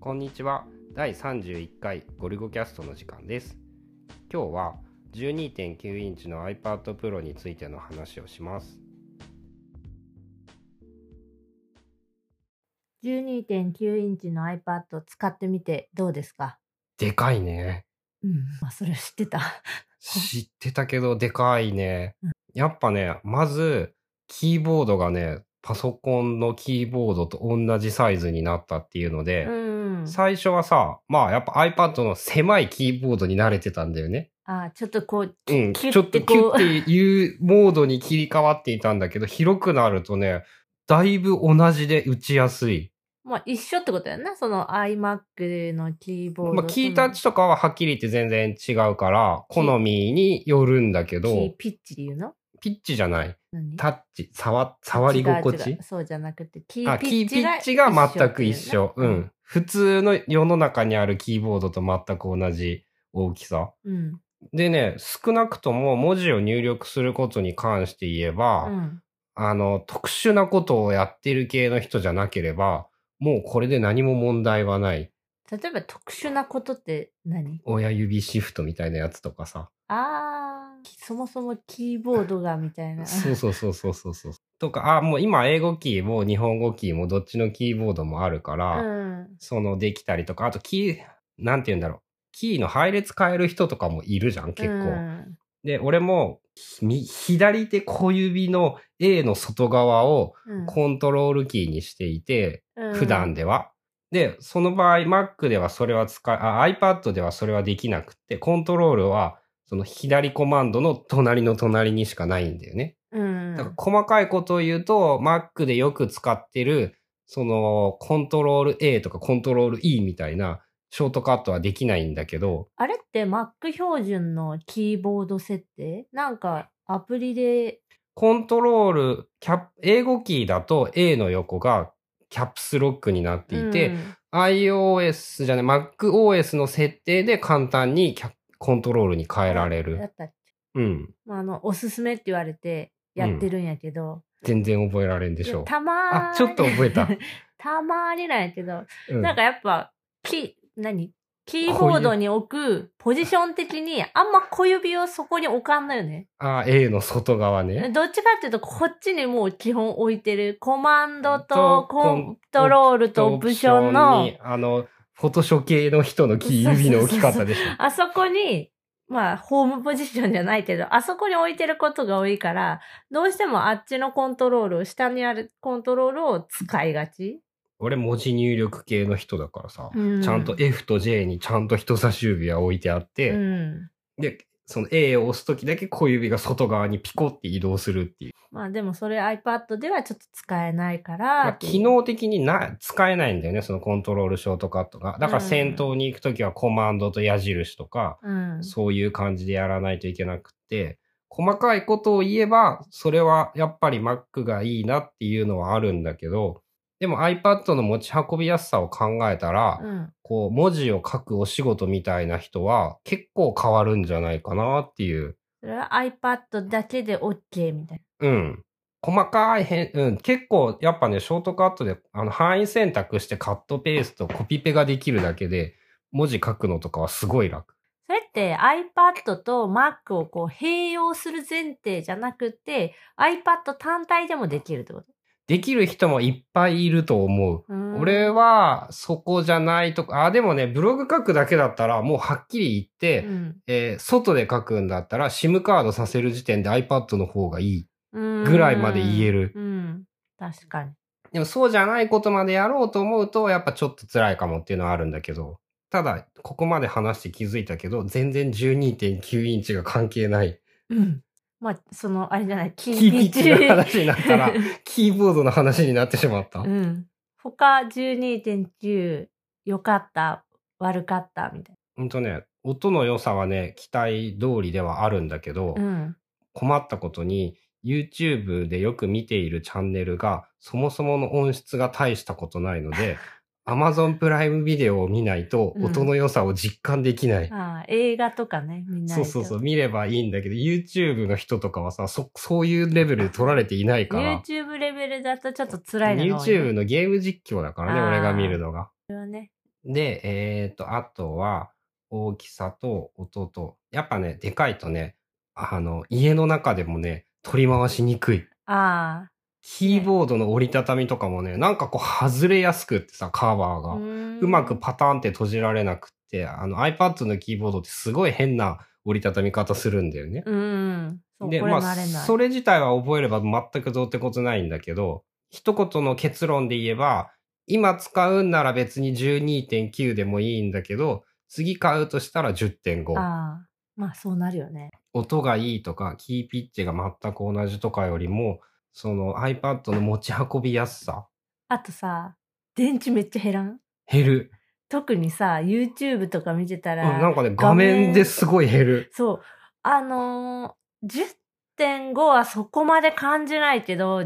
こんにちは第31回ゴルゴキャストの時間です今日は12.9インチの iPad Pro についての話をします12.9インチの iPad 使ってみてどうですかでかいねうん。まあ、それは知ってた。知ってたけどでかいねうんやっぱねまずキーボードがねパソコンのキーボードと同じサイズになったっていうので、うん。最初はさ、まあやっぱ iPad の狭いキーボードに慣れてたんだよね。あ、ちょっとこう、キうュん、ッキュちょッってとこキう。ュッていうモードに切り替わっていたんだけど、広くなるとね、だいぶ同じで打ちやすい。まあ、一緒ってことやんな。その iMac のキーボードと。まあ、キータッチとかははっきり言って全然違うから、好みによるんだけキーど、ピッチで言うのピッチじゃない。何タッチ、触、触り心違う違地うそうじゃなくて、キあ、ーキピーピッチがッチが全く一緒。ってういん。普通の世の中にあるキーボードと全く同じ大きさ。うな。でね、少なくとも文字を入力することに関して言えば、うん。うん。あの、特殊なことをやってる系の人じゃなければ、もうこれで何も問題はない。例えば特殊なことって何親指シフトみたいなやつとかさ。あー、そもそもキーボードがみたいな。そうそうそうそうそうそう。とか、あ、もう今英語キーも日本語キーもどっちのキーボードもあるから、うん。そのできたりとか、あとキー、なんて言うんだろう。キーの配列変える人とかもいるじゃん、結構。うんで、俺も、み左手小指の A の外側を、うんコントロールキーにしていて、うん普段では。で、その場合、Mac ではそれは使い、あ iPad ではそれはできなくって、コントロールは、その左コマンドの隣の隣にしかないんだよね。うん。だから細かいことを言うと、Mac でよく使ってる、その、コントロール A とかコントロール E みたいな、ショートカットはできないんだけど、あれって Mac 標準のキーボード設定なんかアプリで、コントロール、キャップ英語キーだと A の横がキャップスロックになっていて、うん iOS じゃない、MacOS の設定で簡単にキャコントロールに変えられやる。ったっけうん。まあ、あの、おすすめって言われてやってるんやけど、全然覚えられんでしょう。たまーあにちょっと覚えた。たまーになんやけど、うんなんかやっぱ、キ、何キーボードに置くポジション的にあんま小指をそこに置かんのよね。あ、A の外側ね。どっちかっていうとこっちにもう基本置いてる。コマンドととコントロールとオプションのオプションに、あの、フォトショ系の人のキー指の置き方でし あそこに、まあ、ホームポジションじゃないけど、あそこに置いてることが多いから、どうしてもあっちのコントロールを、下にあるコントロールを使いがち。ょ。俺文字入力系の人だからさ、うんちゃんと F と J にちゃんと人差し指は置いてあって、うん。で、その A を押すときだけ小指が外側にピコって移動するっていう。まあ、でもそれ iPad ではちょっと使えないかまあら。機能的にな、使えないんだよね、そのコントロールショートカットが。だからうん先頭に行くときはコマンドと矢印とか、うん。そういう感じでやらないといけなくて、細かいことを言えば、それはやっぱり Mac がいいなっていうのはあるんだけど、でも iPad の持ち運びやすさを考えたら、うん。こう文字を書くお仕事みたいな人は結構変わるんじゃないかなっていう。それは iPad だけで OK みたいうん。細かい変、うん。結構、やっぱね、ショートカットで、あの、範囲選択してカットペースト、コピペができるだけで、文字書くのとかはすごい楽。な。それって iPad と Mac をこう併用する前提じゃなくて、iPad 単体でもできるってことできる人もいっぱいいると思う。うん俺は、そこじゃないとか、あ、でもね、ブログ書くだけだったら、もうはっきり言って、うんえー外で書くんだったら、SIM カードさせる時点で iPad の方がいい。ぐらいまで言えるうん。うん確かに。でもそうじゃないことまでやろうと思うと、やっぱちょっと辛いかもっていうのはあるんだけど、ただ、ここまで話して気づいたけど、全然12.9インチが関係ない。うん。まあ、その、あれじゃない、キキーーピピッッチ。チの話になったら、 キーボードの話になってしまった。うん。他12.9、良かった、悪かった、みたいほんとね、音の良さはね、期待通りではあるんだけど、な。うん。困ったことに、YouTube でよく見ているチャンネルが、そもそもの音質が大したことないの で、Amazon プライムビデオを見ないと、音の良さを実感できない。ああ、映画とかね、みんな。そうそうそう、。見ればいいんだけど、YouTube の人とかはさ、そ、そういうレベルで撮られていないから、 YouTube レベルだとちょっと辛いのが多いね YouTube のゲーム実況だからね、あー俺が見るのが。それはね、で、えっ、と、あとは、大きさと音と、やっぱね、でかいとね、あの、家の中でもね、取り回しにくい。あキーボードの折りたたみとかもね、なんかこう外れやすくってさ、カバーあ。が。ううまくパターンって閉じられなくって、あの iPad のキーボードってすごい変な折りたたみ方するんだよね。ッ。うん。そう、こで、れまあ、慣れない。それ自体は覚えれば全くどうってことないんだけど、一言の結論で言えば、今使うんなら別に12.9でもいいんだけど、次買うとしたら10.5。ああ。まあ、そうなるよね。音がいいとか、キーピッチが全く同じとかよりも、その iPad の持ち運びやすさ、あとさ、電池めっちゃ減らん減る。特にさ、YouTube とか見てたうんなら、んかね、画画面面ですごい減る。そう、あのー、10.5はそこまで感じないけど、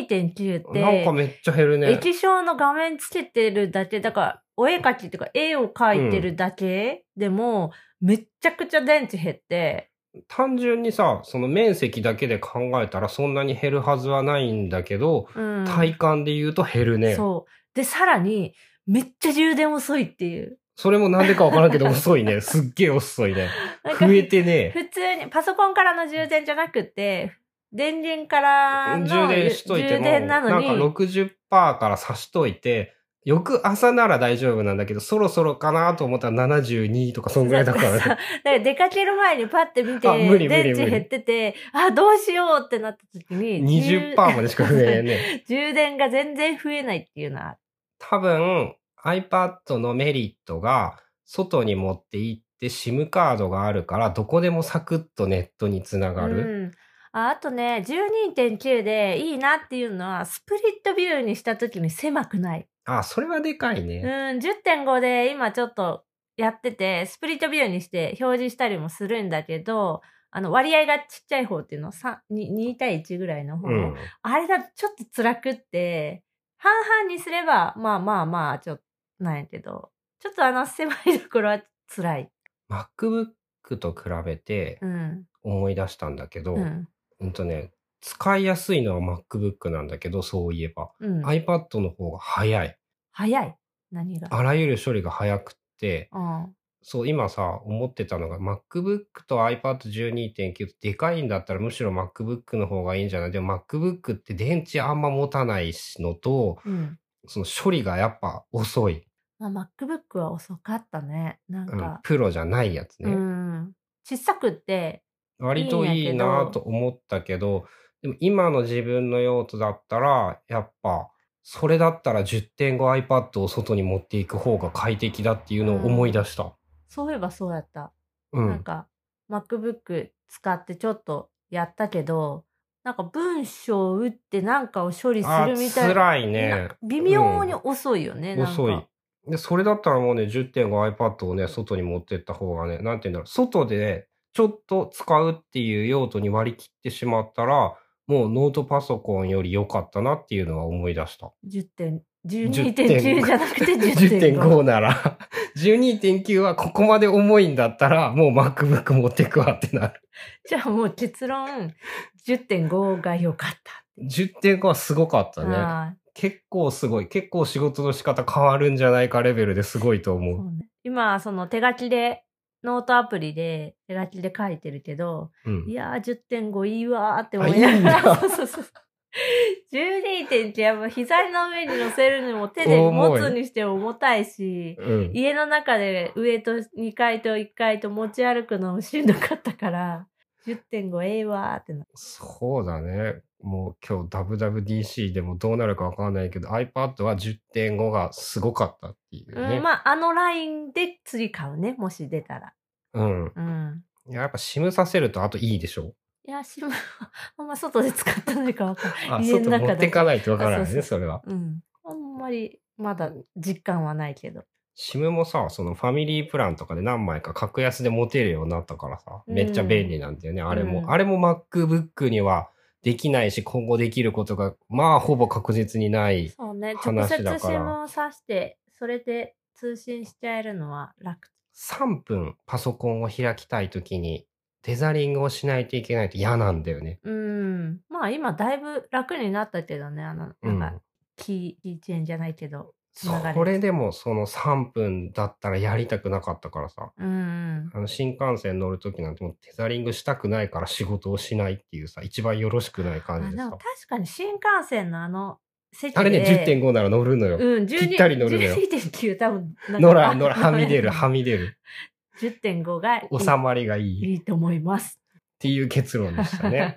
12.9っなんてか、めっちゃ減るね。液晶の画面つけてるだけ、だから、お絵描きっていうか、絵を描いてるだけでも、めっちゃくちゃ電池減って、単純にさ、その面積だけで考えたらそんなに減るはずはないんだけど、うん。体感で言うと減るね。そう。で、さらに、めっちゃ充電遅いっていう。それもなんでかわからん けど遅いね。すっげえ遅いね。なんか増えてね。普通にパソコンからの充電じゃなくて電源からの充電しといて充も、電ななんかのに60%から差しといて、翌朝なら大丈夫なんだけど、そろそろかなと思ったら72とかそんぐらいだからそうそ ね。うだから出かける前にパッて見てあ無理無理電無池理減っててあどうしようってなった時 に20%までしか増えねえ。充充電が全然増えないっていうのはある多分 iPad のメリットが外に持って行って SIM カードがあるからどこでもサクッとネットにつながる。うんああとね12.9でいいなっていうのはスプリットビューにした時に狭くないあ、それはでかいね。うん、10.5で今ちょっとやってて、スプリットビューにして表示したりもするんだけど、あの割合がちっちゃい方っていうの、さに2対1ぐらいの方、うん。あれだとちょっと辛くって、半々にすれば、まあまあまあ、ちょっと、なんやけど、ちょっとあの狭いところは辛い。 MacBook と比べてうん。思い出したんだけど、ううん、ん。とね、使いやすいのは MacBook なんだけど、そういえば。うん。 iPad の方が早い。早い。何が。あらゆる処理が早くって、うん。そう、今さ、思ってたのが、MacBook と iPad12.9 でかいんだったらむしろ MacBook の方がいいんじゃないでも MacBook って電池あんま持たないしのと、うん。その処理がやっぱ遅い。まあ、MacBook は遅かったね。なんうんか、プロじゃないやつうね。ん。小さくって、割といいなと思ったけど、でも今の自分の用途だったら、やっぱ、それだったら 10.5iPad を外に持っていく方が快適だっていうのを思い出した。そういえばそうやった。うん。なんか MacBook 使ってちょっとやったけど、なんか文章を打ってなんかを処理すあるみたいな。辛いね。微妙に遅いよね。なんか遅い。。で、それだったらもうね、10.5iPad をね、外に持ってった方がね、なんて言うんだろう、外で、ちょっと使うっていう用途に割り切ってしまったら、もうノートパソコンより良かったなっていうのは思い出した。 10点、12.9じゃなく て10.5。 10.5なら、12.9はここまで重いんだったら、もう MacBook 持ってくわってなる。じゃあもう結論、10.5が良かった。 10.5はすごかったね。はい結構すごい。結構仕事の仕方変わるんじゃないかレベルですごいと思う。そうね今、その手書きで、ノートアプリで手書きで書いてるけど、うんいやー、10.5いいわーって思あいながら。いいん そうそうそう。12点ってやっぱ膝の上に乗せるのも手で持つにしても重たいし、うん。家の中で上と2階と1階と持ち歩くのもしんどかったから、10.5ええわーってな。そうだね。もう今日 WWDC でもどうなるかわかんないけど iPad は10.5がすごかったっていううね。ん、まあ、あのラインで次買うね、もし出たら。うん。うん。いややっぱ SIM させるとあといいでしょ。いや、しま、 あんま外で使ってないからわかんない。あ、家外の中で持ってかないとわからなあいそうそね、うそれは。 うん。あんまり、まだ実感はないけど。 SIM もさ、そのファミリープランとかで何枚か格安で持てるようになったからさ、うんめっちゃ便利なんだよね、あれうんも。あれも MacBook にはできないし、今後できることが、まあほぼ確実にない。そうね、直話接だから SIM を挿して、それで通信しちゃえるのは楽。 3分パソコンを開きたいときに、デザリングをしないといけないと嫌なんだよね。うん。まあ今だいぶ楽になったけどね、あの、うなんんか、キー、キーチェーンじゃないけど。つながりこれでもその3分だったらやりたくなかったからさ。うんうんあの新幹線乗るときなんてもうテザリングしたくないから仕事をしないっていうさ、一番よろしくないあ感じででもさ。確かに新幹線のあの席であれね、10.5なら乗るのよ。うん、ぴったり乗るのよ12.9多分なんか乗らん、乗らん、はあみ出る、乗れんはみ出る。 10.5がいい収まりがいい。っいいと思います。ていう結論でしたね。